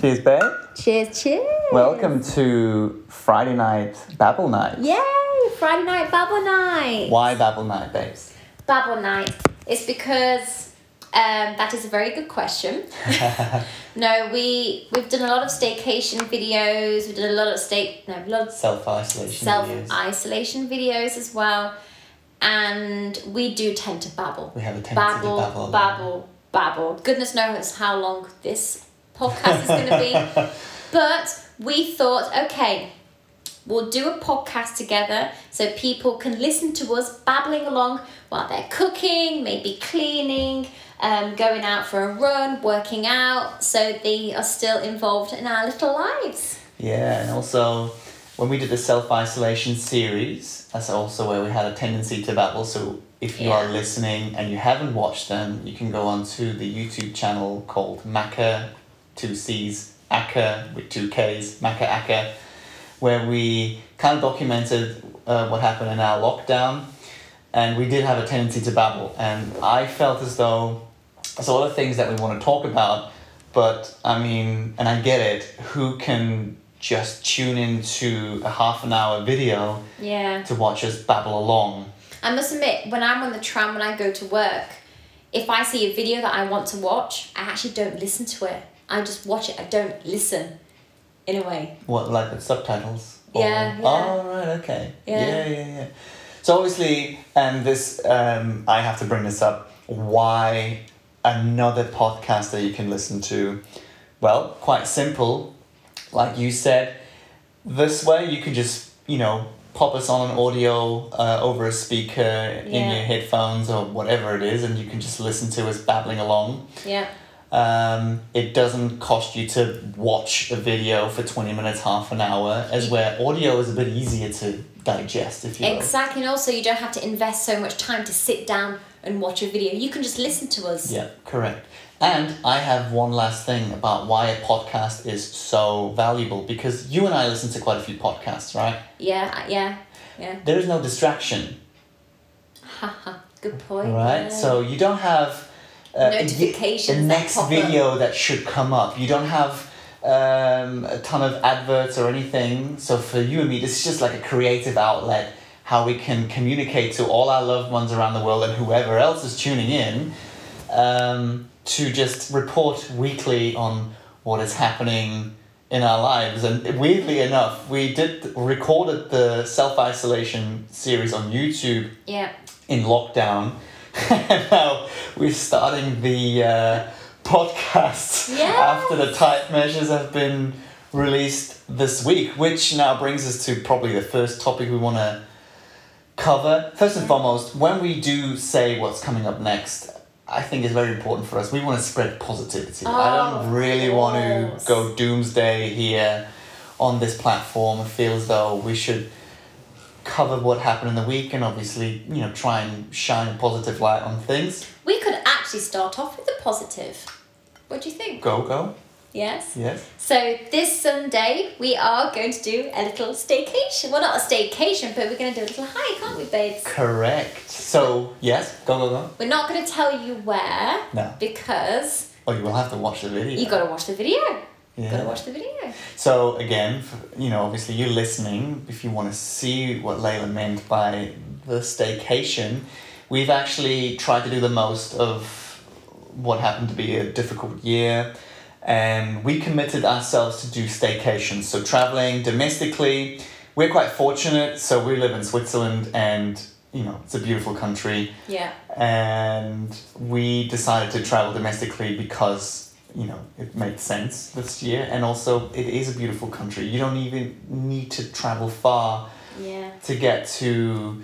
Cheers, babe. Cheers, cheers. Welcome to Friday night Babble night. Yay! Friday night bubble night. Why Babble night, babes? Bubble night. It's because um, that is a very good question. no, we we've done a lot of staycation videos. We've done a lot of stay no, a lot of Self isolation. self isolation videos as well, and we do tend to babble. We have a tendency to babble, babble a lot. babble, babble. Goodness knows how long this podcast is going to be, but we thought, okay, We'll do a podcast together so people can listen to us babbling along while they're cooking, maybe cleaning, um, going out for a run, working out, so they are still involved in our little lives. Yeah, and also when we did the self isolation series, that's also where we had a tendency to babble. So if you are Yeah. listening and you haven't watched them, you can go on to the YouTube channel called Maca, two C's, Acker with two K's, Maca Acker, where we kind of documented uh, what happened in our lockdown. And we did have a tendency to babble, and I felt as though there's a lot of things that we want to talk about, but I mean, and I get it, who can just tune into a half an hour video Yeah. to watch us babble along? I must admit, when I'm on the tram, when I go to work, if I see a video that I want to watch, I actually don't listen to it. I just watch it, I don't listen in a way. What, like with subtitles? Yeah, yeah. Oh, right, okay. Yeah. yeah, yeah. yeah. So obviously, and this, um, I have to bring this up. Why another podcast that you can listen to? Well, quite simple. Like you said, this way you can just you know pop us on an audio uh, over a speaker in Yeah. your headphones or whatever it is, and you can just listen to us babbling along. Yeah. Um, it doesn't cost you to watch a video for 20 minutes, half an hour, as where audio is a bit easier to digest, if you will. Exactly, and also you don't have to invest so much time to sit down and watch a video. You can just listen to us. Yeah, correct. And I have one last thing about why a podcast is so valuable because you and I listen to quite a few podcasts, right? Yeah, uh, yeah, yeah. There is no distraction, Haha, good point. right? yeah. So you don't have uh, Notifications The that next pop up. video that should come up. You don't have um, a ton of adverts or anything. So for you and me, this is just like a creative outlet how we can communicate to all our loved ones around the world and whoever else is tuning in um, to just report weekly on what is happening in our lives. And weirdly enough, we did recorded the self isolation series on YouTube yeah, in lockdown. and now we're starting the uh, podcast Yes. after the tight measures have been released this week, which now brings us to probably the first topic we want to cover. First and foremost, when we do say what's coming up next, I think it's very important for us. We want to spread positivity. I Oh, don't of really want course. to go doomsday here on this platform. It feels though we should cover what happened in the week and obviously, you know, try and shine a positive light on things. we could actually start off with a positive. What do you think? Go, go. Yes. Yes. So this Sunday we are going to do a little staycation. Well, not a staycation, but we're going to do a little hike, aren't we, babes? Correct. So, yes, go, go, go. We're not going to tell you where No. because Oh, you will have to watch the video. you got to watch the video. Yeah. Got to watch the video. So again, f- you know, obviously you listening, if you want to see what Layla meant by the staycation, we've actually tried to do the most of what happened to be a difficult year. And we committed ourselves to do staycations, so traveling domestically. We're quite fortunate, so we live in Switzerland and, you know, it's a beautiful country Yeah. and we decided to travel domestically because you know it made sense this year and also it is a beautiful country you don't even need to travel far Yeah. to get to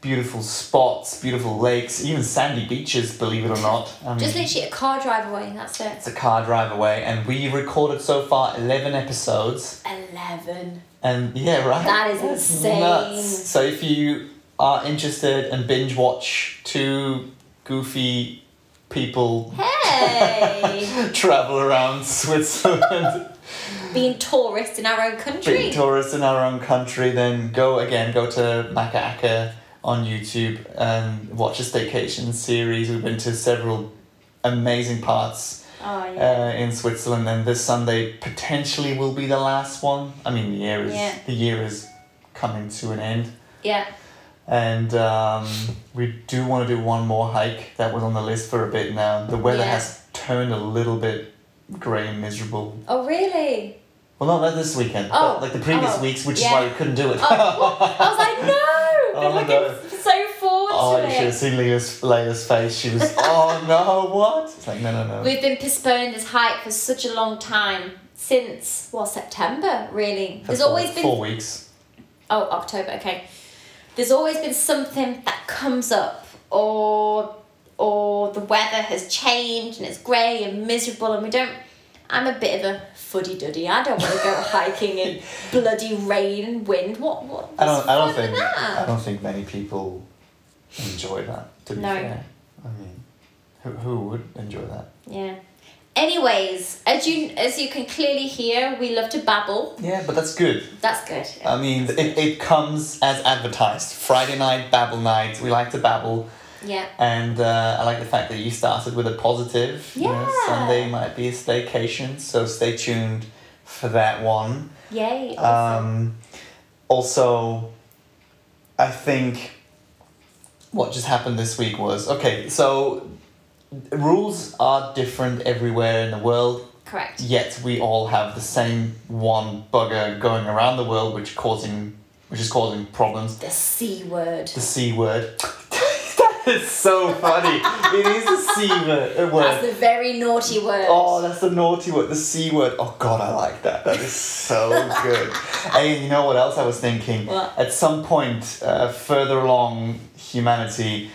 beautiful spots beautiful lakes even sandy beaches believe it or not I mean, Just literally a car drive away. That's it. it's a car drive away and we recorded so far 11 episodes Eleven. and yeah right That is That's insane. so if you are interested and binge watch two goofy people Hey! travel around Switzerland, Being tourists in our own country. being tourists in our own country, then go again, go to Makaaka on YouTube and watch a staycation series. We've been to several amazing parts Oh yeah. uh, in Switzerland, and this Sunday potentially will be the last one. I mean, the year is Yeah. the year is coming to an end, yeah. and um, we do want to do one more hike that was on the list for a bit now. The weather Yeah. has turned a little bit grey and miserable. Oh really? Well, not like this weekend, Oh, but like the previous oh, weeks, which yeah. is why we couldn't do it. Oh, what? I was like, no. Oh, I'm looking so forward Oh, to you it. should have seen Leah's, Leah's face. She was, oh no, what? It's like, no, no, no. We've been postponing this hike for such a long time since well September really. For There's four- always been Four weeks. oh October okay. There's always been something that comes up or or the weather has changed and it's grey and miserable and we don't. I'm a bit of a fuddy duddy. I don't want to go hiking in bloody rain and wind. What what? I don't, I don't what's fun in think, that? I don't think many people enjoy that, to be No. fair. I mean, who, who would enjoy that? Yeah. Anyways, as you as you can clearly hear, we love to babble. Yeah, but that's good. That's good. I mean, it, it comes as advertised. Friday night, babble night. We like to babble. Yeah. And uh, I like the fact that you started with a positive. You know, Yeah. Sunday might be a staycation, so stay tuned for that one. Yay. Awesome. Um, also, I think what just happened this week was okay, so rules are different everywhere in the world, Correct. yet we all have the same one bugger going around the world which causing which is causing problems. The C word. The C word. that is so funny. it is a C word. a word. That's the very naughty word. Oh, that's the naughty word, the C word. Oh god, I like that. That is so good. and you know what else I was thinking? What? At some point uh, further along humanity,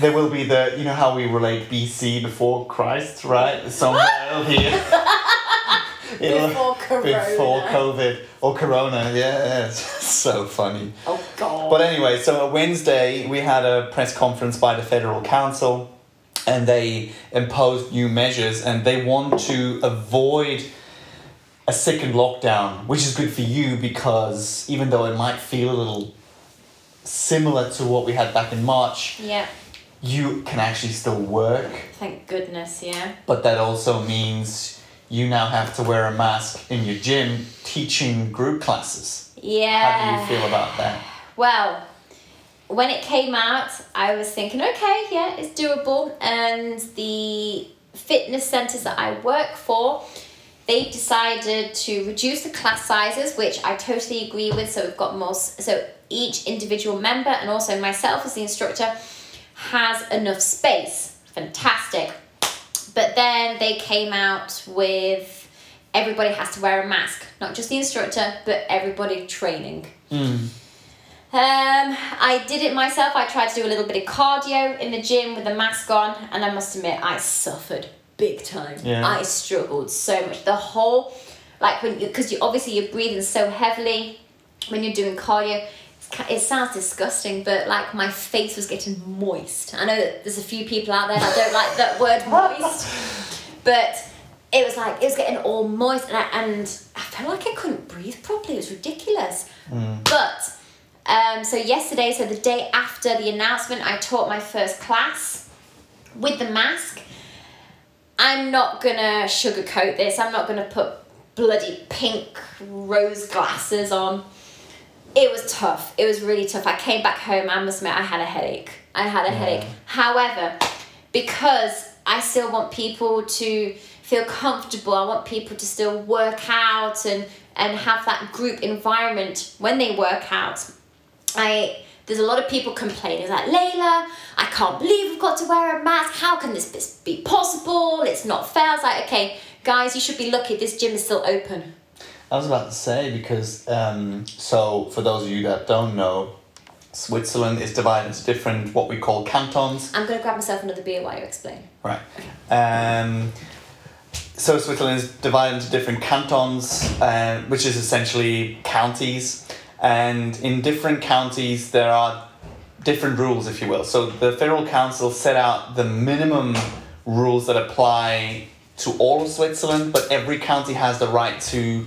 there will be the you know how we relate BC before Christ, right? Somewhere here. It'll- Before corona. Before COVID or Corona, yeah, it's so funny. oh God. But anyway, so on Wednesday we had a press conference by the Federal Council, and they imposed new measures, and they want to avoid a second lockdown, which is good for you because even though it might feel a little similar to what we had back in March, yeah. you can actually still work, Thank goodness. Yeah. but that also means you now have to wear a mask in your gym teaching group classes. Yeah. How do you feel about that? Well, when it came out, I was thinking, okay, yeah, it's doable. And the fitness centres that I work for, they've decided to reduce the class sizes, which I totally agree with. So we've got more, s- so each individual member and also myself as the instructor has enough space. Fantastic. But then they came out with everybody has to wear a mask, not just the instructor, but everybody training. Um, I did it myself. I tried to do a little bit of cardio in the gym with a mask on, and I must admit, I suffered big time. Yeah. I struggled so much. The whole, like when you, because you obviously you're breathing so heavily when you're doing cardio. It's ki- It sounds disgusting, but like my face was getting moist. I know that there's a few people out there that don't like that word moist, but it was like it was getting all moist, and I, and I felt like I couldn't breathe properly. It was ridiculous. But um, so yesterday, so the day after the announcement, I taught my first class with the mask. I'm not gonna sugarcoat this. I'm not gonna put bloody pink rose glasses on. It was tough. It was really tough. I came back home. I must admit, I had a headache. I had a headache. However, because I still want people to feel comfortable, I want people to still work out and and have that group environment when they work out. I there's a lot of people complaining like Layla, I can't believe we've got to wear a mask. How can this bes- be possible? It's not fair. It's like okay, guys, you should be lucky. This gym is still open. I was about to say because um, so for those of you that don't know, Switzerland is divided into different what we call cantons, I'm gonna grab myself another beer while you explain. right? Um, so Switzerland is divided into different cantons, uh, which is essentially counties, and in different counties there are different rules, if you will. So the federal council set out the minimum rules that apply to all of Switzerland, but every county has the right to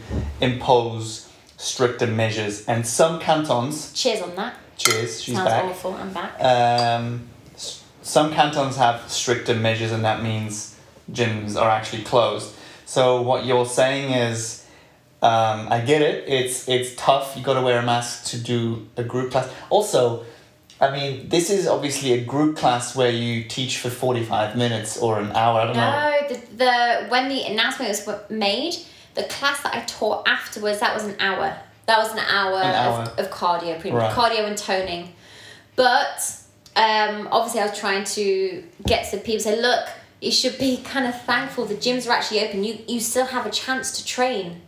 impose stricter measures, and some cantons. Cheers on that. Cheers, she's Sounds back. Uh, awful. I'm back. Um, s- some cantons have stricter measures, and that means gyms are actually closed. So what you're saying is, um, I get it. It's it's tough. You got to wear a mask to do a group class. Also, I mean, this is obviously a group class where you teach for forty five minutes or an hour. I don't know. No, the, the when the announcement was w- made, the class that I taught afterwards that was an hour. That was an hour, An hour. Of, of cardio, pretty much Right. cardio and toning. But um, obviously, I was trying to get to the people say, look, you should be kind of thankful the gyms are actually open. You you still have a chance to train.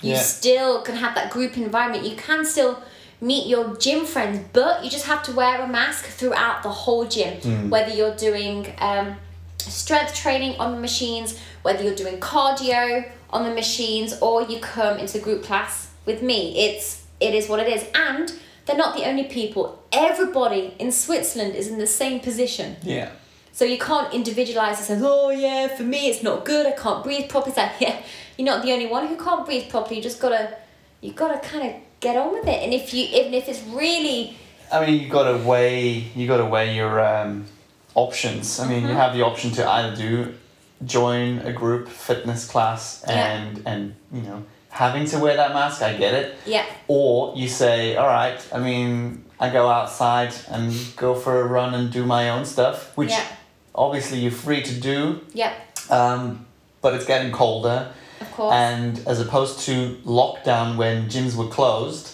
You Yeah. still can have that group environment. You can still meet your gym friends, but you just have to wear a mask throughout the whole gym. Whether you're doing um, strength training on the machines, whether you're doing cardio on the machines, or you come into the group class with me, it's it is what it is. And they're not the only people. Everybody in Switzerland is in the same position. Yeah. So you can't individualize and say, oh yeah, for me it's not good, I can't breathe properly. It's like, yeah, you're not the only one who can't breathe properly. You just gotta, you gotta kind of get on with it. And if you, even if it's really, I mean, you gotta weigh you gotta weigh your um, options. I mean, Mm-hmm. you have the option to either do join a group fitness class Yeah. and and you know having to wear that mask. I get it. yeah, Or you say, all right. I mean, I go outside and go for a run and do my own stuff, which Yeah. obviously you're free to do. yeah, Um, but it's getting colder. of course. And as opposed to lockdown when gyms were closed,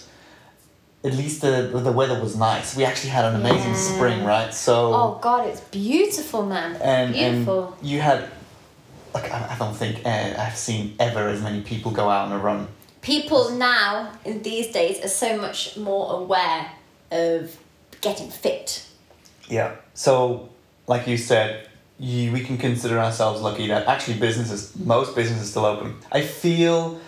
at least the the weather was nice. We actually had an amazing Yeah. spring, right? So oh God, it's beautiful, man. and beautiful. and you had like I I don't think uh, I've seen ever as many people go out on a run. people now in these days are so much more aware of getting fit. Yeah. So like you said, you, we can consider ourselves lucky that actually businesses most businesses still open. I feel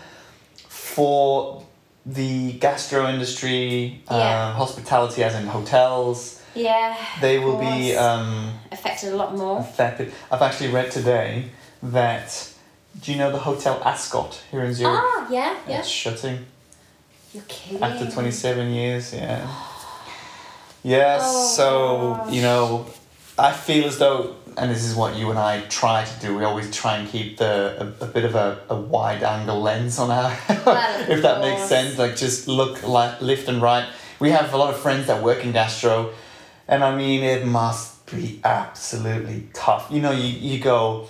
for the gastro industry, Yeah. uh, hospitality as in hotels, Yeah. They of will be course. um, affected a lot more. affected. I've actually read today that. Do you know the Hotel Ascot here in Zurich? Ah, yeah, yeah. It's shutting You're kidding. after 27 years, yeah. Yeah, Oh, so, gosh. you know, I feel as though, and this is what you and I try to do, we always try and keep the a, a bit of a, a wide angle lens on our, Well, of if that makes course. sense, like just look like left and right. We have a lot of friends that work in gastro, and I mean, it must be absolutely tough. You know, you, you go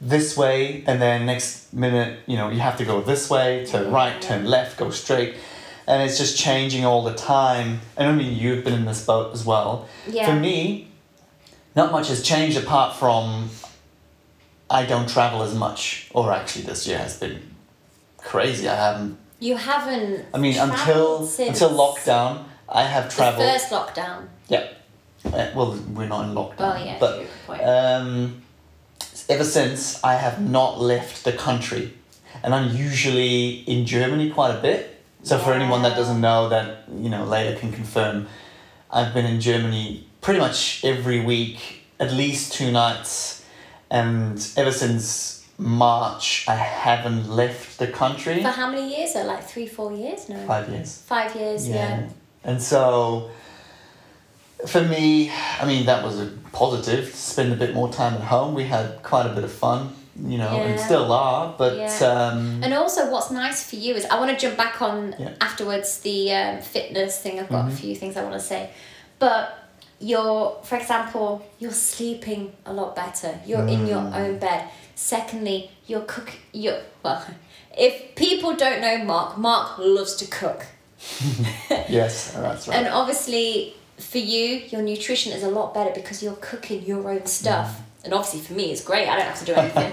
this way, and then next minute, you know, you have to go this way, turn right, turn left, go straight. And it's just changing all the time. And I mean, you've been in this boat as well. Yeah. For me, not much has changed apart from I don't travel as much. Or actually, this year has been crazy. I haven't. You haven't. I mean, travelled until since until lockdown, I have The traveled. first lockdown. Yeah. Uh, well, we're not in lockdown. Oh, yeah, But true, good point. um, ever since, I have not left the country. And I'm usually in Germany quite a bit. So for anyone that Wow. doesn't know, that, you know, later can confirm, I've been in Germany pretty much every week, at least two nights. And ever since March, I haven't left the country. For how many years? Though? Like three, four years now? Five years. Five years, yeah. And so for me, I mean, that was a positive to spend a bit more time at home. We had quite a bit of fun, you know, and Yeah. still are, but Yeah. um, And also, what's nice for you is I want to jump back on Yeah. Mm-hmm. afterwards the um, fitness thing. I've got a few things I want to say, but you're, for example, you're sleeping a lot better. You're in your Mm. own bed. Secondly, you're cook. You're well. If people don't know Mark, Mark loves to cook. yes, oh, that's right. And obviously, for you, your nutrition is a lot better because you're cooking your own stuff. And obviously, for me, it's great. I don't have to do anything.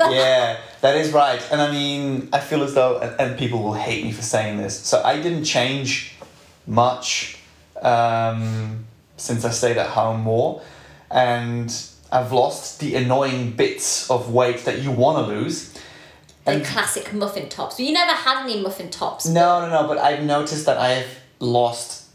yeah, that is right. And I mean, I feel as though, and, and people will hate me for saying this, so I didn't change much um, since I stayed at home more. And I've lost the annoying bits of weight that you want to lose. the classic muffin tops. But you never had any muffin tops. No, no, no, but I've noticed that I've lost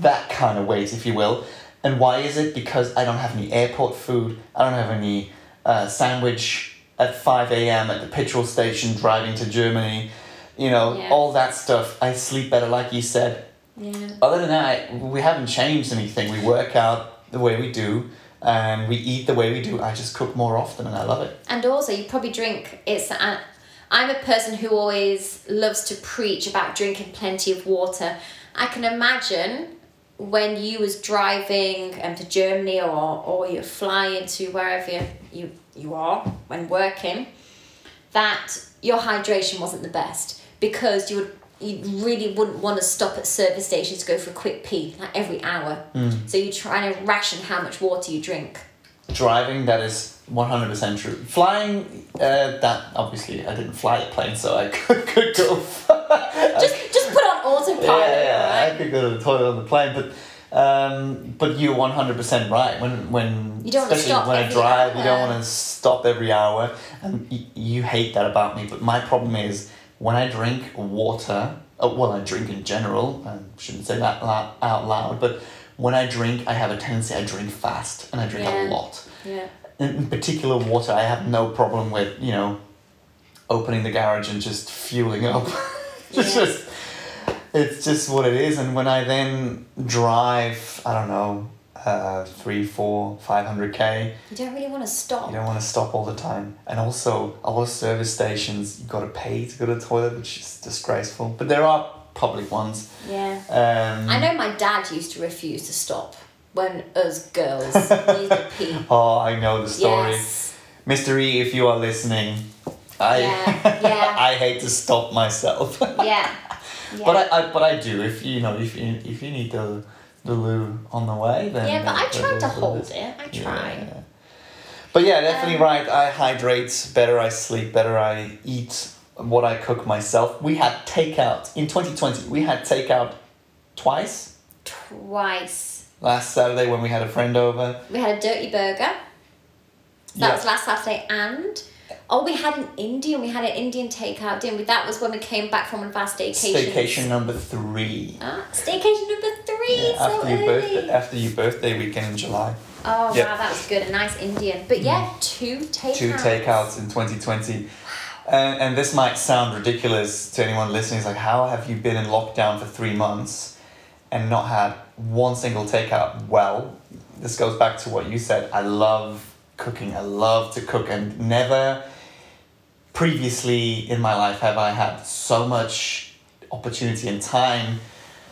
that kind of weight, if you will. And why is it? Because I don't have any airport food, I don't have any uh, sandwich at 5 a.m. at the petrol station driving to Germany, you know, Yeah. all that stuff. I sleep better, like you said. Yeah. Other than that, I- we haven't changed anything. We work out the way we do. and we eat the way we do. I just cook more often, and I love it. And also, you probably drink. It's uh, I'm a person who always loves to preach about drinking plenty of water. I can imagine when you was driving um, to Germany or or you're flying to wherever you, you you are when working, that your hydration wasn't the best because you would you really wouldn't want to stop at service stations to go for a quick pee like every hour. Hmm. So you're trying to ration how much water you drink. Driving, that is one hundred percent true. Flying, uh, that obviously I didn't fly a plane, so I could, could go just just put on autopilot. yeah, yeah, I right? could go to the toilet on the plane, but um, but you're one hundred percent right. When when You don't wanna especially stop when I every drive, you don't hour. want to stop every hour, and y- you hate that about me. But my problem is when I drink water. Oh, well, I drink in general. I shouldn't say that lou- out loud, but when I drink, I have a tendency. I drink fast, and I drink a Yeah. lot yeah. in in particular water i have no problem with you know opening the garage and just fueling up it's Yeah. just it's just what it is and when i then drive i don't know uh, three four five hundred k You don't really want to stop. you don't want to stop all the time and also a lot of service stations you got to pay to go to the toilet which is disgraceful but there are public ones yeah. um I know my dad used to refuse to stop when us girls needed to pee. oh i know the story Yes. Mr. E, if you are listening, I Yeah, yeah. I hate to stop myself. Yeah. yeah. But I, I but I do if you know if you if you need the the loo on the way then yeah, but I that- that tried is to what it hold is. it. I tried. Yeah. But yeah, definitely Um, right. I hydrate better. I sleep better. I eat what I cook myself. We had takeout in twenty twenty. We had takeout twice Twice. last Saturday when we had a friend over. We had a dirty burger. That Yeah. was last Saturday and Oh, we had an Indian. We had an Indian takeout, didn't we? That was when we came back from one of our staycations. Staycation number three. Ah, staycation number three. Yeah, so after your early. birthday, after your birthday weekend in July. Oh Yeah. wow, that was good. A nice Indian. But yeah, two takeouts. two takeouts in 2020. And, and this might sound ridiculous to anyone listening. It's like, how have you been in lockdown for three months and not had one single takeout? Well, this goes back to what you said. I love cooking. I love to cook. And never previously in my life have I had so much opportunity and time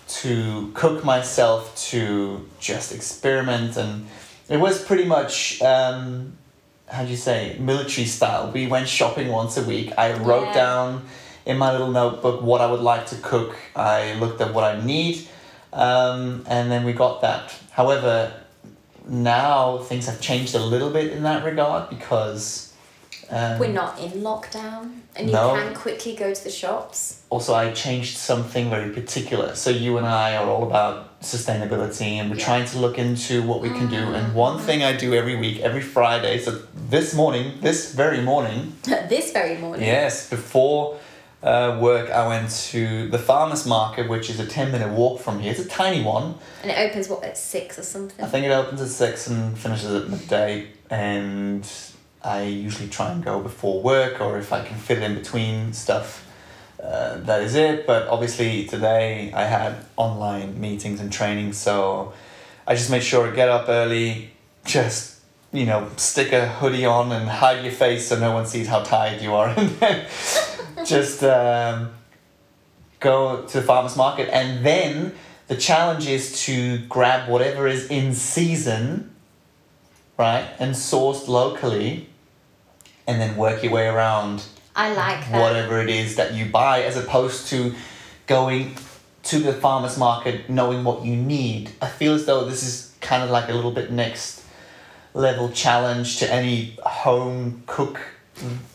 to cook myself, to just experiment. And it was pretty much. Um, how do you say military style we went shopping once a week i wrote Yeah. down in my little notebook what i would like to cook i looked at what i need um, and then we got that however now things have changed a little bit in that regard because um, We're not in lockdown, and you No. can quickly go to the shops. also I changed something very particular. So you and I are all about sustainability and we're Yeah. trying to look into what we can do. And one thing I do every week, every Friday, so this morning, this very morning, this very morning. yes, before uh, work, I went to the farmer's market, which is a 10 minute walk from here. It's a tiny one. And it opens what at six or I something. think it opens at six and finishes at midday, and I usually try and go before work or if I can fit in between stuff. Uh, that is it. But obviously today I had online meetings and training, so I just made sure to get up early, just you know stick a hoodie on and hide your face so no one sees how tired you are, and then just. Um, go to the farmers market and then the challenge is to grab whatever is in season right and sourced locally and then work your way around I like that. whatever it is that you buy as opposed to going to the farmers market knowing what you need i feel as though this is kind of like a little bit next level challenge to any home cook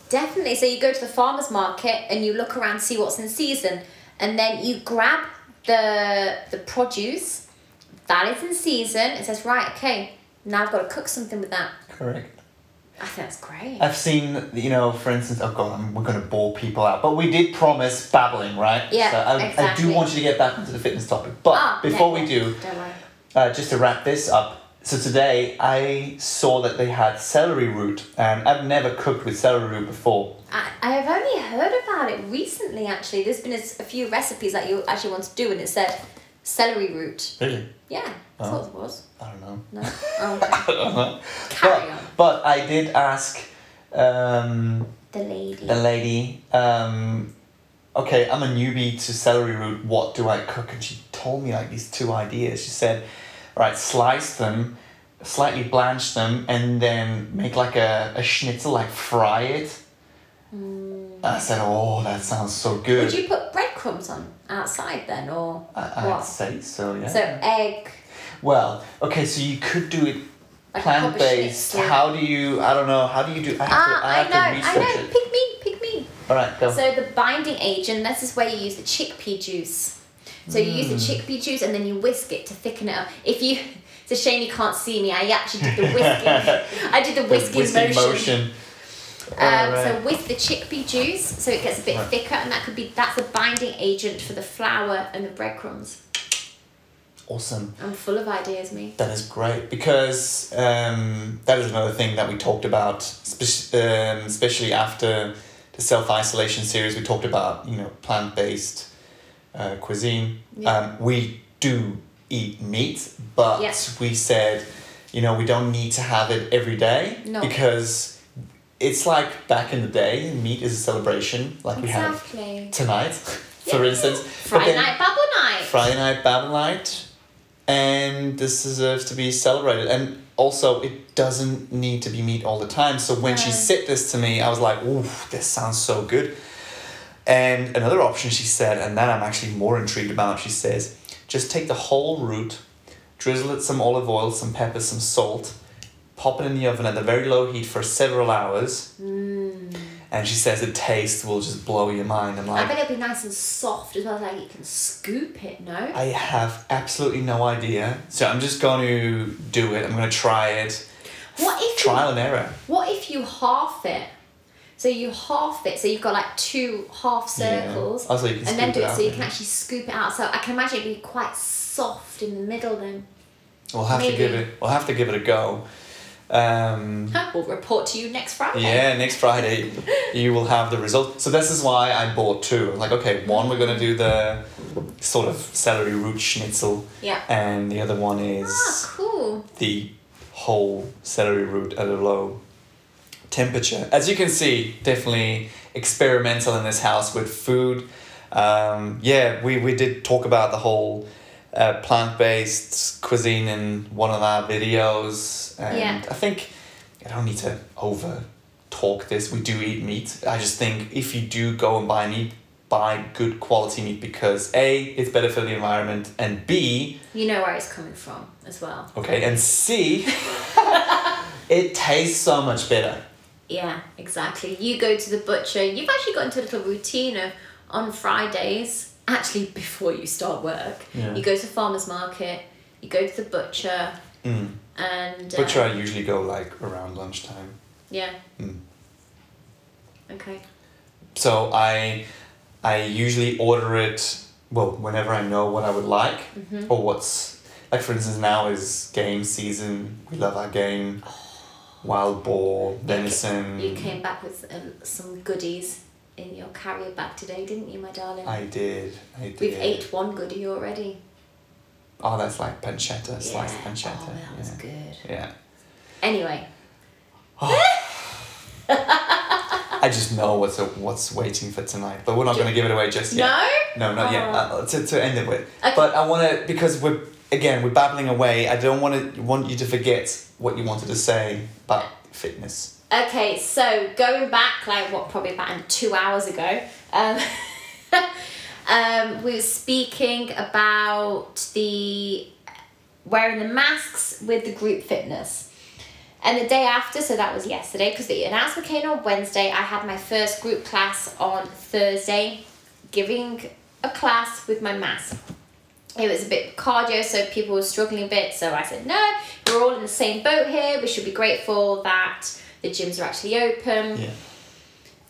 Definitely. So you go to the farmers market and you look around, see what's in season, and then you grab the the produce that is in season. It says right, okay, now I've got to cook something with that. correct I think that's great. I've seen, you know, for instance, oh god, I'm, we're going to bore people out, but we did promise babbling, right? Yeah, So I, I exactly. do want you to get back into the fitness topic. But Ah, yeah, before yeah. we do, Don't worry. uh, just to wrap this up, so today I saw that they had celery root, and I've never cooked with celery root before. I, I have only heard about it recently actually. There's been a, s- a few recipes that you actually want to do and it said Celery root. Really? Yeah, I Uh-huh. thought it was. I don't know. No. Oh, okay. I don't know. Carry on. But I did ask um, The lady. the lady, um, okay, I'm a newbie to celery root. What do I cook? And she told me like these two ideas. She said, right, slice them, slightly blanch them, and then make like a, a schnitzel, like fry it. I said, oh, that sounds so good. Mm. Would you put breadcrumbs on outside then, or I, I'd what? say so, yeah. So egg. well, okay, so you could do it Like a proper plant based. schnitzel. How do you? I don't know. How do you do? I have Ah, to. I I have know, to I research know. it. Pick me, pick me. All right, go. So the binding agent, this is where you use the chickpea juice. So you use the Hmm. chickpea juice and then you whisk it to thicken it up. If you, it's a shame you can't see me. I actually did the whisking. I did the The whisking, whisking motion. Um, Alright. So with the chickpea juice, so it gets a bit Oh, Right. thicker, and that could be that's a binding agent for the flour and the breadcrumbs. Awesome. I'm full of ideas, me. That is great because um, that is another thing that we talked about, spe- um, especially after the self isolation series. We talked about you know plant based uh, cuisine. Yeah. Um, we do eat meat, but Yeah. we said you know we don't need to have it every day No. because it's like back in the day, meat is a celebration, like we have Exactly. tonight, for Yeah. instance. But Friday then- night bubble night. Friday night battle night, and this deserves to be celebrated. And also, it doesn't need to be meat all the time. So when she No. said this to me, I was like, "Ooh, this sounds so good." And another option she said, and that I'm actually more intrigued about, she says, just take the whole root, drizzle it some olive oil, some pepper, some salt, pop it in the oven at a very low heat for several hours. And she says the taste will just blow your mind. I'm I like, bet it'll be nice and soft as well. Like you can scoop it, no? I have absolutely no idea. So I'm just going to do it. I'm going to try it. What if you- Trial and error. What if you half it? So you half it, so you've got like two half circles, Oh, so you can and then scoop do it it, out, so you yeah. can actually scoop it out. So I can imagine it'd be quite soft in the middle. Then We'll have to Maybe. give it. We'll have to give it a go. Um, Huh, we'll report to you next Friday. yeah, next Friday you will have the result. So this is why I bought two. I'm like, okay, one we're gonna do the sort of celery root schnitzel, Yeah. and the other one Ah, is cool. the whole celery root at a low temperature. As you can see, definitely experimental in this house with food. Um, yeah, we, we did talk about the whole uh, plant based cuisine in one of our videos. And Yeah. I think I don't need to over talk this. We do eat meat. I just think if you do go and buy meat, buy good quality meat because A, it's better for the environment, and B, You know where it's coming from as well. Okay, and C, it tastes so much better. Yeah, exactly. You go to the butcher. You've actually got into a little routine of on Fridays, actually before you start work, Yeah. you go to farmer's market, you go to the butcher, and uh, Mm. Butcher, I usually go like around lunchtime. Yeah. Mm. Okay. So I, I usually order it well whenever I know what I would like Mm-hmm. or what's like. For instance, now is game season. We love our game, wild boar, venison. You came back with um, some goodies in your carrier bag today, didn't you, my darling? I did. I did. We've ate one goodie already. Oh, that's like pancetta, sliced Yeah. pancetta. Oh, that yeah. was good. yeah. Anyway, I just know what's what's waiting for tonight, but we're not going to give it away just yet. no. No, Oh. not yet. Uh, to, to end it with. Okay. But I want to because we're again we're babbling away. I don't want to want you to forget what you wanted to say about fitness. Okay, so going back like what probably about um, two hours ago, um, um, we were speaking about the wearing the masks with the group fitness. And the day after, so that was yesterday, because the announcement came on Wednesday, I had my first group class on Thursday, giving a class with my mask. It was a bit cardio, so people were struggling a bit. So I said, no, we're all in the same boat here. We should be grateful that the gyms are actually open. Yeah.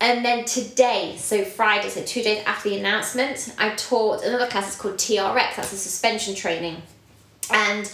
And then today, so Friday, so two days after the announcement, I taught another class. It's called TRX. That's a suspension training, and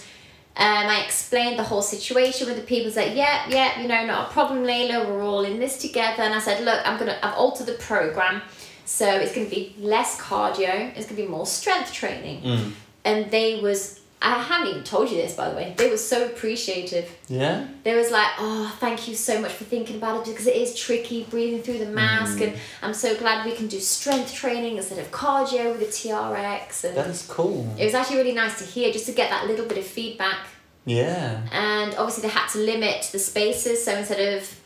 um, I explained the whole situation with the people. Said, yeah, yeah, you know, not a problem, Layla. We're all in this together. And I said, look, I'm gonna, I've altered the program, so it's gonna be less cardio. It's gonna be more strength training. and they was I haven't even told you this by the way. They were so appreciative. Yeah. They was like, oh, thank you so much for thinking about it because it is tricky breathing through the Mm. mask, and I'm so glad we can do strength training instead of cardio with the TRX. And That is cool. it was actually really nice to hear just to get that little bit of feedback Yeah. and obviously they had to limit the spaces so instead of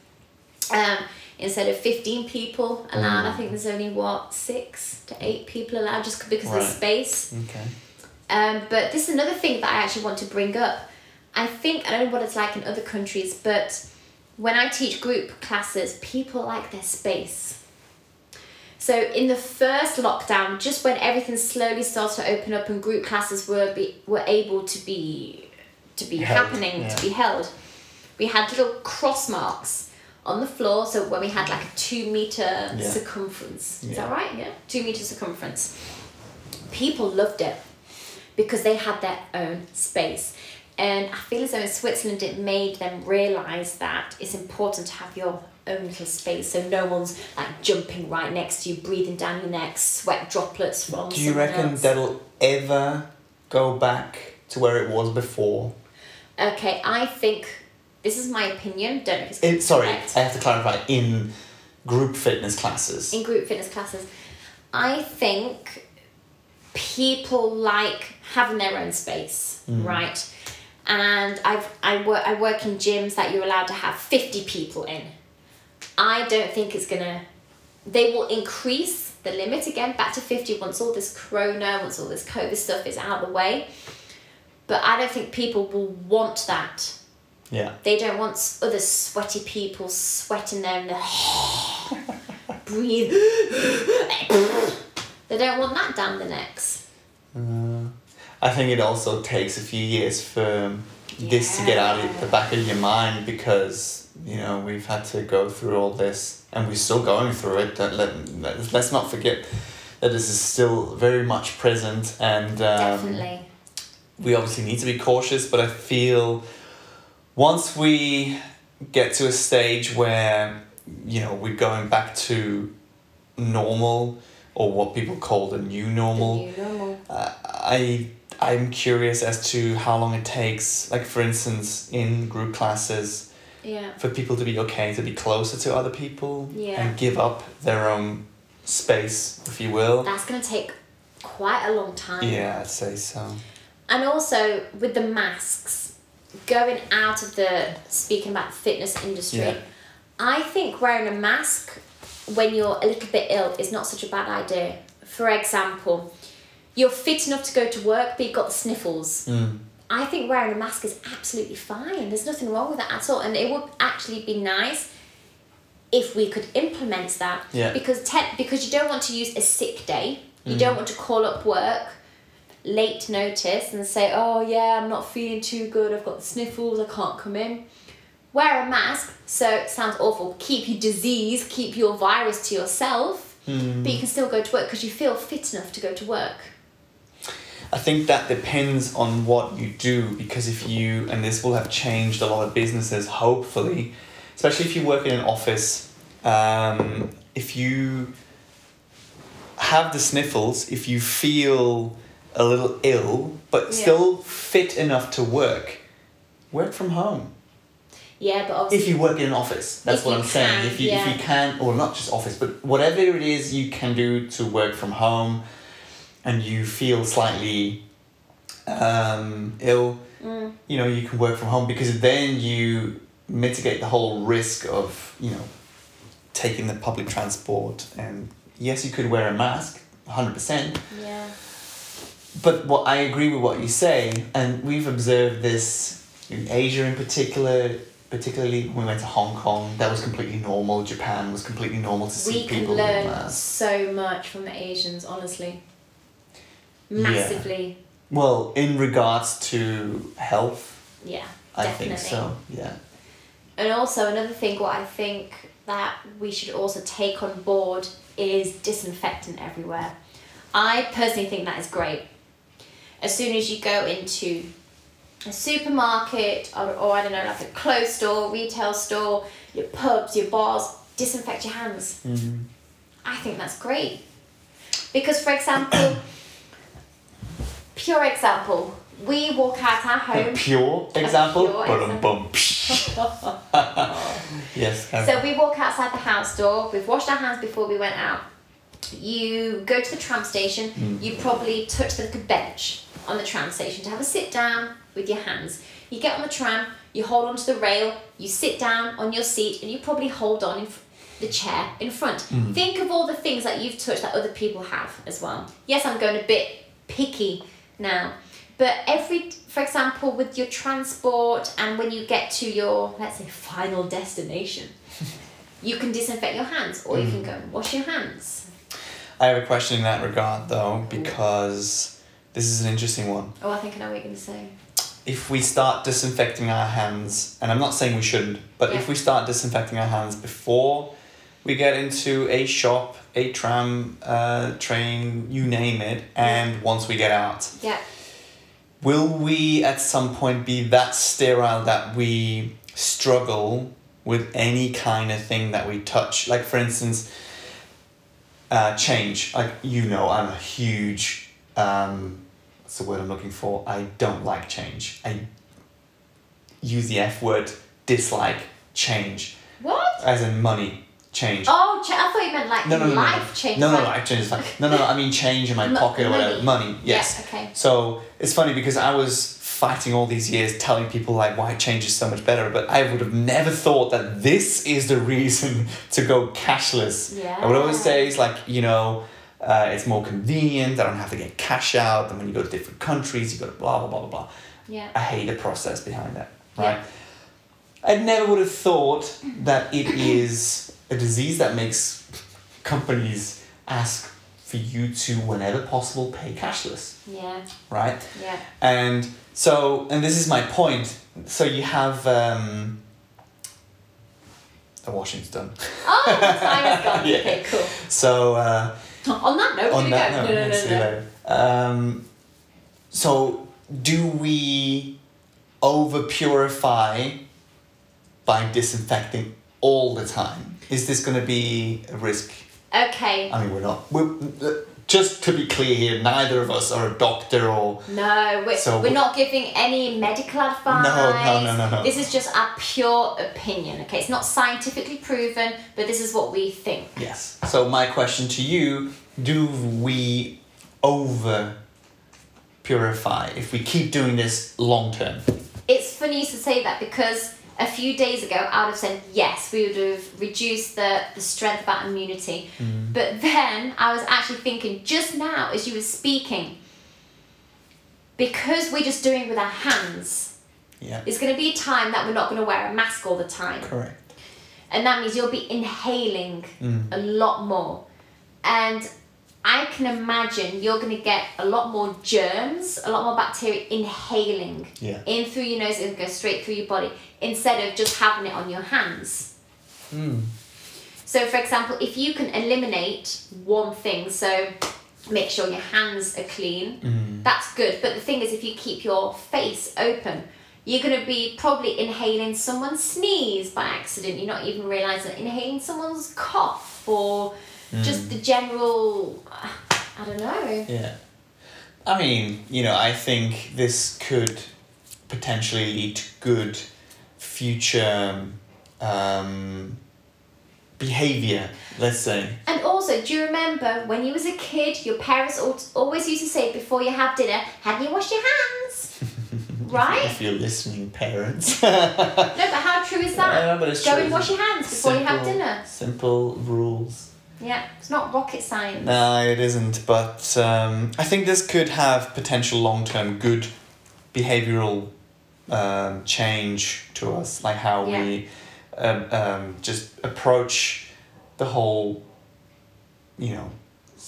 um, instead of 15 people allowed Mm. i think there's only what six to eight people allowed just because of the Right. space Okay. um, but this is another thing that i actually want to bring up i think i don't know what it's like in other countries but when i teach group classes people like their space so in the first lockdown, just when everything slowly started to open up and group classes were be, were able to be to be Held, happening yeah. to be held, we had little cross marks on the floor. So when we had like a two meter Yeah. circumference, is Yeah. that right? Yeah, two meter circumference. People loved it because they had their own space. And I feel as though in Switzerland it made them realise that it's important to have your own little space so no one's like jumping right next to you, breathing down your neck, sweat droplets from Do you someone reckon else. that'll ever go back to where it was before? Okay, I think this is my opinion, don't know if it's It, sorry, correct. I have to clarify. In group fitness classes. in group fitness classes. I think people like having their own space, right? And I've I work I work in gyms that you're allowed to have fifty people in. I don't think it's gonna. They will increase the limit again back to fifty once all this corona, once all this COVID stuff is out of the way. But I don't think people will want that. Yeah. They don't want s- other sweaty people sweating there and the breathe. they don't want that down the necks. I think it also takes a few years for this to get out of the back of your mind because you know we've had to go through all this and we're still going through it. Don't let, let let's not forget that this is still very much present and um, Definitely. we obviously need to be cautious. But I feel once we get to a stage where you know we're going back to normal or what people call the new normal. The new normal. Uh, I I'm curious as to how long it takes. Like for instance, in group classes, Yeah. for people to be okay to be closer to other people Yeah. and give up their own space, if you will. That's going to take quite a long time. Yeah, I'd say so. And also with the masks, going out of the speaking about fitness industry, Yeah. I think wearing a mask when you're a little bit ill is not such a bad idea. For example, you're fit enough to go to work, but you've got the sniffles. Mm. I think wearing a mask is absolutely fine. There's nothing wrong with that at all. And it would actually be nice if we could implement that. Yeah. Because te- because you don't want to use a sick day. You don't want to call up work late notice and say, Oh yeah, I'm not feeling too good, I've got the sniffles, I can't come in. Wear a mask, so it sounds awful. Keep your disease, keep your virus to yourself, but you can still go to work because you feel fit enough to go to work. I think that depends on what you do because if you and this will have changed a lot of businesses hopefully, especially if you work in an office, um, if you have the sniffles, if you feel a little ill but Yeah. still fit enough to work, work from home. Yeah, but If obviously you work in an office, that's If what you I'm saying. can, If you yeah. if you can, or not just office, but whatever it is you can do to work from home, and you feel slightly um, ill, Mm. you know you can work from home because then you mitigate the whole risk of you know taking the public transport and yes you could wear a mask hundred percent Yeah. but what I agree with what you say, and we've observed this in Asia in particular, particularly when we went to Hong Kong, that was completely normal. Japan was completely normal to see we can people in learn masks. so much from the Asians, honestly. Yeah. Massively, Well, in regards to health, yeah. I definitely. think so. Yeah. And also another thing, what I think that we should also take on board is disinfectant everywhere. I personally think that is great. As soon as you go into a supermarket or, or I don't know, like a clothes store, retail store, your pubs, your bars, disinfect your hands. Mm. I think that's great. Because, for example, Pure example. We walk out our A home. pure example. Bum pure bum. yes. Karen. So we walk outside the house door. We've washed our hands before we went out. You go to the tram station. You probably touch the bench on the tram station to have a sit down with your hands. You get on the tram. You hold onto the rail. You sit down on your seat, and you probably hold on in fr- the chair in front. Think of all the things that you've touched that other people have as well. Yes, I'm going a bit picky now. But every, for example, with your transport and when you get to your, let's say, final destination, you can disinfect your hands or you Mm. can go and wash your hands. I have a question in that regard though, because this is an interesting one. Oh, I think I know what you're going to say. If we start disinfecting our hands, and I'm not saying we shouldn't, but if Yeah. we start disinfecting our hands before we get into a shop, a tram, uh, train, you name it, and once we get out, Yeah. will we at some point be that sterile that we struggle with any kind of thing that we touch like for instance uh, change like you know i'm a huge um, what's the word i'm looking for i don't like change i use the f word dislike change What? as in money change Oh, cha- I thought you meant like no, no, no, life no, no. change. No, no, like- no, life change is fine. No, no, no, I mean change in my Mo- pocket or whatever. money. Money, yes. Yeah, okay. So it's funny because I was fighting all these years telling people like why change is so much better, but I would have never thought that this is the reason to go cashless. I would always Yeah. say is like, you know, uh, it's more convenient, I don't have to get cash out, and when you go to different countries, you go to blah, blah, blah, blah, blah. I Yeah. hate the process behind that, Yeah. right? I never would have thought that it is a disease that makes companies ask for you to, whenever possible, pay cashless, Yeah. right? Yeah. And so, and this is my point. So you have um, the washing's done. Oh, the time is gone. Yeah. Okay, cool. So. Uh, On that note, on we're going to that go. note, no, no, let's no, see no. later. Um, so do we over purify by disinfecting all the time? Is this going to be a risk? Okay. I mean, we're not. We're, uh, just to be clear here, neither of us are a doctor or. No, we're, So we're we- not giving any medical advice. no, no, no. This is just our pure opinion, okay? It's not scientifically proven, but this is what we think. Yes. So my question to you: Do we over purify if we keep doing this long term? It's funny you should say that because a few days ago I would have said yes, we would have reduced the, the strength of our immunity. But then I was actually thinking just now as you were speaking, because we're just doing it with our hands, Yeah. it's going to be a time that we're not going to wear a mask all the time. Correct. and that means you'll be inhaling a lot more and i can imagine you're going to get a lot more germs a lot more bacteria inhaling Yeah. in through your nose and go straight through your body instead of just having it on your hands Hmm. so for example if you can eliminate one thing so make sure your hands are clean that's good but the thing is if you keep your face open you're going to be probably inhaling someone's sneeze by accident you're not even realizing it. inhaling someone's cough or just the general i don't know Yeah. I mean, you know, I think this could potentially lead to good future um, behavior, let's say. And also, do you remember when you was a kid, your parents al- always used to say before you have dinner, have you washed your hands? right? If you're listening, parents. No, but how true is that? Yeah, but it's Go true, and wash your hands before you have Simple- dinner. Simple rules. Yeah, it's not rocket science. No, it isn't, but um, I think this could have potential long term good behavioral um, change to us, like how we um, um, just approach the whole, you know,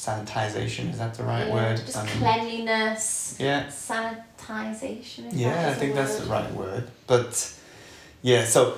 sanitization. Is that the right Yeah, word? Just Um, cleanliness, yeah, sanitization. if that yeah, I is a think that's the word. right word. But yeah, so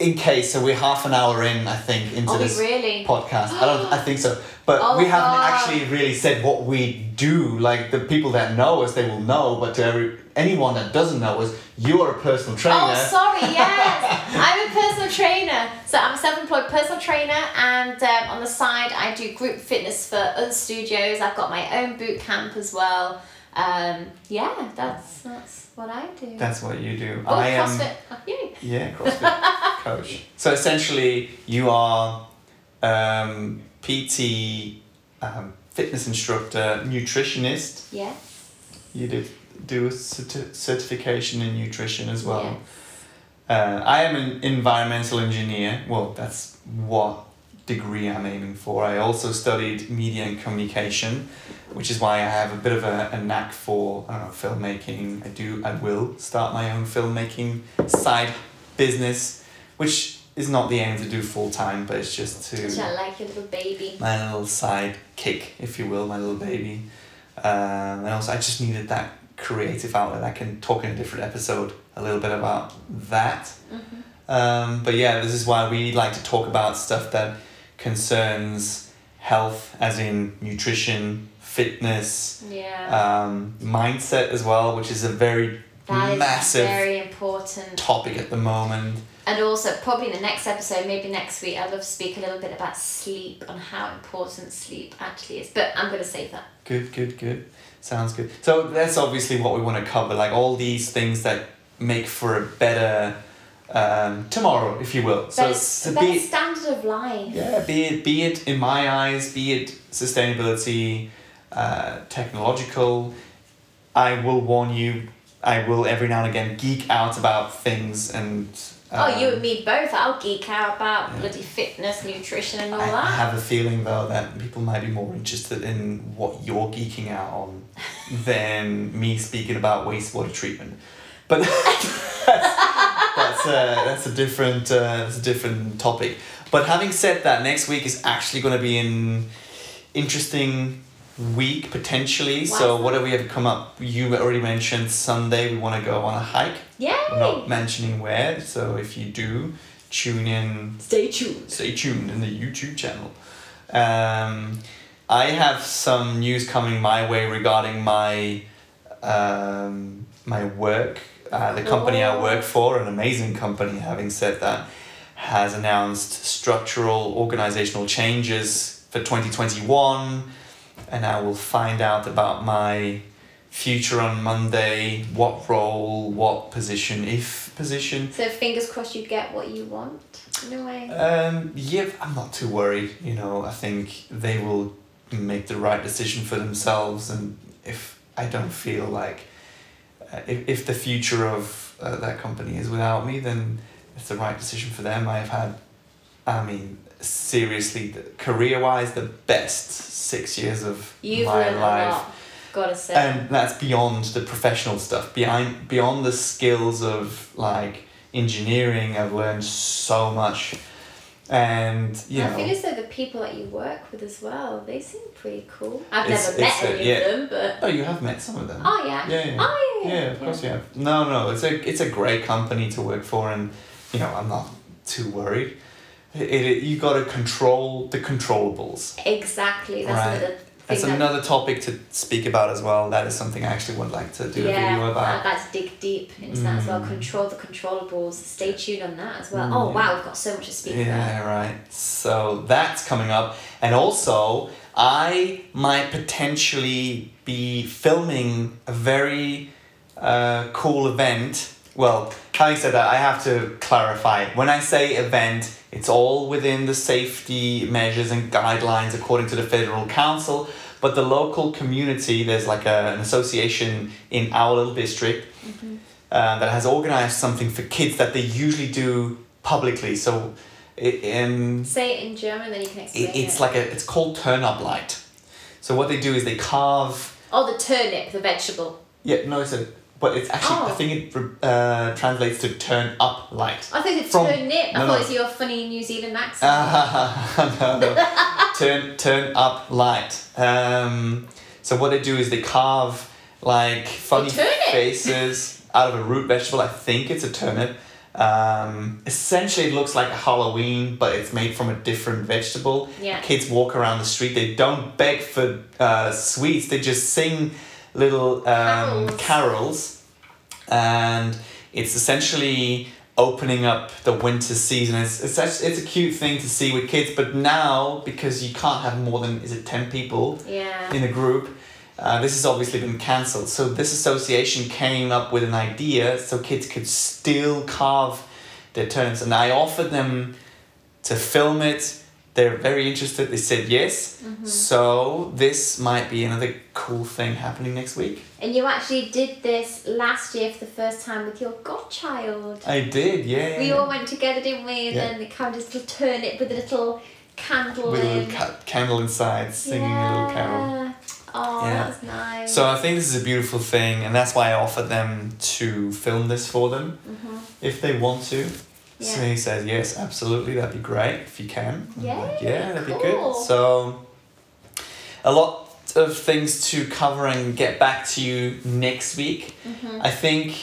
in case, so we're half an hour in, I think, into Are we this really? podcast. I don't. I think so. But Oh, we haven't God. actually really said what we do. Like the people that know us, they will know. But to every anyone that doesn't know us, you are a personal trainer. Oh, sorry, yes. I'm a personal trainer. So I'm a self employed personal trainer, and um, on the side, I do group fitness for other studios. I've got my own boot camp as well. Um, yeah, that's that's what I do. That's what you do. oh, I um, am. CrossFit. Yay. Yeah, CrossFit coach. So essentially, you are um, PT, um, fitness instructor, nutritionist. Yeah. You did do a certi- certification in nutrition as Yeah. well. Uh, I am an environmental engineer. Well, that's what degree I'm aiming for. I also studied media and communication, which is why I have a bit of a, a knack for I don't know filmmaking. I do. I will start my own filmmaking side business, which is not the aim to do full time, but it's just to Which I like your little baby. my little side kick, if you will, my little baby. Um, and also, I just needed that creative outlet. I can talk in a different episode a little bit about that. Mhm. Um, but yeah, this is why we like to talk about stuff that concerns health, as in nutrition, fitness, Yeah. um, mindset as well, which is a very that is massive very important. topic at the moment. And also, probably in the next episode, maybe next week, I'd love to speak a little bit about sleep and how important sleep actually is. But I'm going to save that. Good, good, good. Sounds good. So that's obviously what we want to cover, like all these things that make for a better um, tomorrow, if you will. So, better, so better be standard of life. yeah, be it be it in my eyes, be it sustainability, uh, technological. I will warn you. I will every now and again geek out about things and. oh, you um, and me both. I'll geek out about yeah. bloody fitness, nutrition, and all I I that. have a feeling though that people might be more interested in what you're geeking out on than me speaking about wastewater treatment. But that's that's a, that's a different uh, that's a different topic. But having said that, next week is actually going to be an interesting week potentially. So Wow. what do we have come up? You already mentioned Sunday. We want to go on a hike. We're not Yay! mentioning where. So if you do, tune in Stay tuned. stay tuned in the YouTube channel. Um, I have some news coming my way regarding my um, my work. Uh, the company I work for, an amazing company, having said that, has announced structural organizational changes for 2021. And I will find out about my future on Monday what role, what position, if position, So fingers crossed you get what you want in a way. um, yeah, I'm not too worried. You know, I think they will make the right decision for themselves, and if I don't feel like uh, if, if the future of uh, that company is without me, then it's the right decision for them. I've had, I mean, seriously, career wise, the best six years of You've my learned life Um, a lot. Gotta say. and that's beyond the professional stuff behind beyond the skills of like engineering i've learned so much and you I know feel as though the people that you work with as well, they seem pretty cool. I've It's- never met it's, uh, any yeah. of them, but oh you have met some of them oh yeah, Yeah, yeah. oh yeah, yeah of course you have no no it's a it's a great company to work for and you know i'm not too worried it, it you got to control the controllables Exactly. That's Right. another thing. that's that- another topic to speak about as well that is something i actually would like to do a yeah, video about I'd like to dig deep into that as well. Mm. Control the controllables. Stay tuned on that as well. Mm, Oh yeah. wow, we've got so much to speak about. Yeah, right. So that's coming up. And also, I might potentially be filming a very uh, cool event. Well, having said that, I have to clarify. When I say event, it's all within the safety measures and guidelines according to the Federal Council. But the local community, there's like a, an association in our little district uh, that has organized something for kids that they usually do publicly. So it, um, Say it in German, then you can explain it, it's it. like a it's called turn up light. So what they do is they carve. oh, the turnip, the vegetable. Yeah, no, it's a but it's actually I Oh. think it uh, translates to turn up light. I think it's From- turnip. I no, Uh, thought no. it's your funny New Zealand accent. Ah, no, no. turn turn up light. Um, so what they do is they carve like funny turn it. faces out of a root vegetable. I think it's a turnip. Um, essentially, it looks like a Halloween, but it's made from a different vegetable. Yeah. Kids walk around the street. They don't beg for uh, sweets. They just sing little um, Carols. carols and it's essentially opening up the winter season. It's it's act- it's a cute thing to see with kids, but now because you can't have more than is it ten people yeah. in a group, Uh, this has obviously been cancelled. So this association came up with an idea so kids could still carve their turnips. And I offered them to film it. They're very interested. They said yes. Mm-hmm. So this might be another cool thing happening next week. And you actually did this last year for the first time with your godchild. I did, yeah. We all went together, didn't we? And Yeah. then the countess will turn it with a little candle with a in. little ca- candle inside, singing a little carol. Oh, Yeah. that's nice. So I think this is a beautiful thing, and that's why I offered them to film this for them Mm-hmm. if they want to. So Yeah. he says, Yes, absolutely, that'd be great if you can. I'm like, Yay, yeah, that'd be cool. good. So, a lot of things to cover and get back to you next week. Mm-hmm. Mm. I think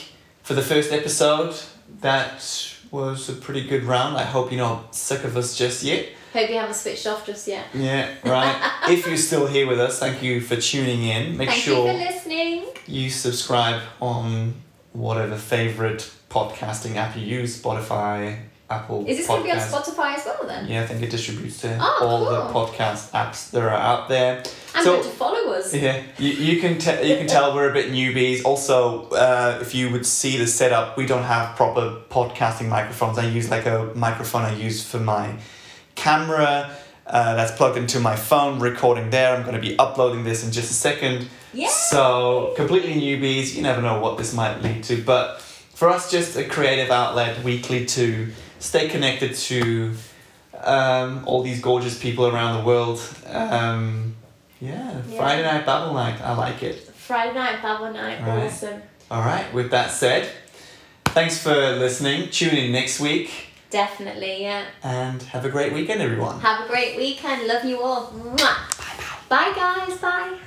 for the first episode, that was a pretty good round. I hope you're not sick of us just yet. Hope you haven't switched off just yet. Yeah, right. if you're still here with us, thank you for tuning in. Make Thank sure you for listening. you subscribe on whatever favorite podcasting app you use Spotify, Apple. Is this going to be on Spotify as well then? Yeah, I think it distributes to Oh, all the cool. podcast apps that are out there. And so good to follow us. yeah, you, you can te- you can tell we're a bit newbies. Also, uh, if you would see the setup, we don't have proper podcasting microphones. I use like a microphone I use for my camera. Uh, that's plugged into my phone, recording there. I'm going to be uploading this in just a second. Yay! So, completely newbies, you never know what this might lead to. But for us, just a creative outlet weekly to stay connected to um, all these gorgeous people around the world. Um, yeah, Yeah. Friday Night Babble Night. I like it. Friday night, Babble night. Right. Awesome. All right, with that said, thanks for listening. Tune in next week Definitely, yeah. and have a great weekend, everyone. Have a great weekend. Love you all. Mwah. Bye, guys. Bye.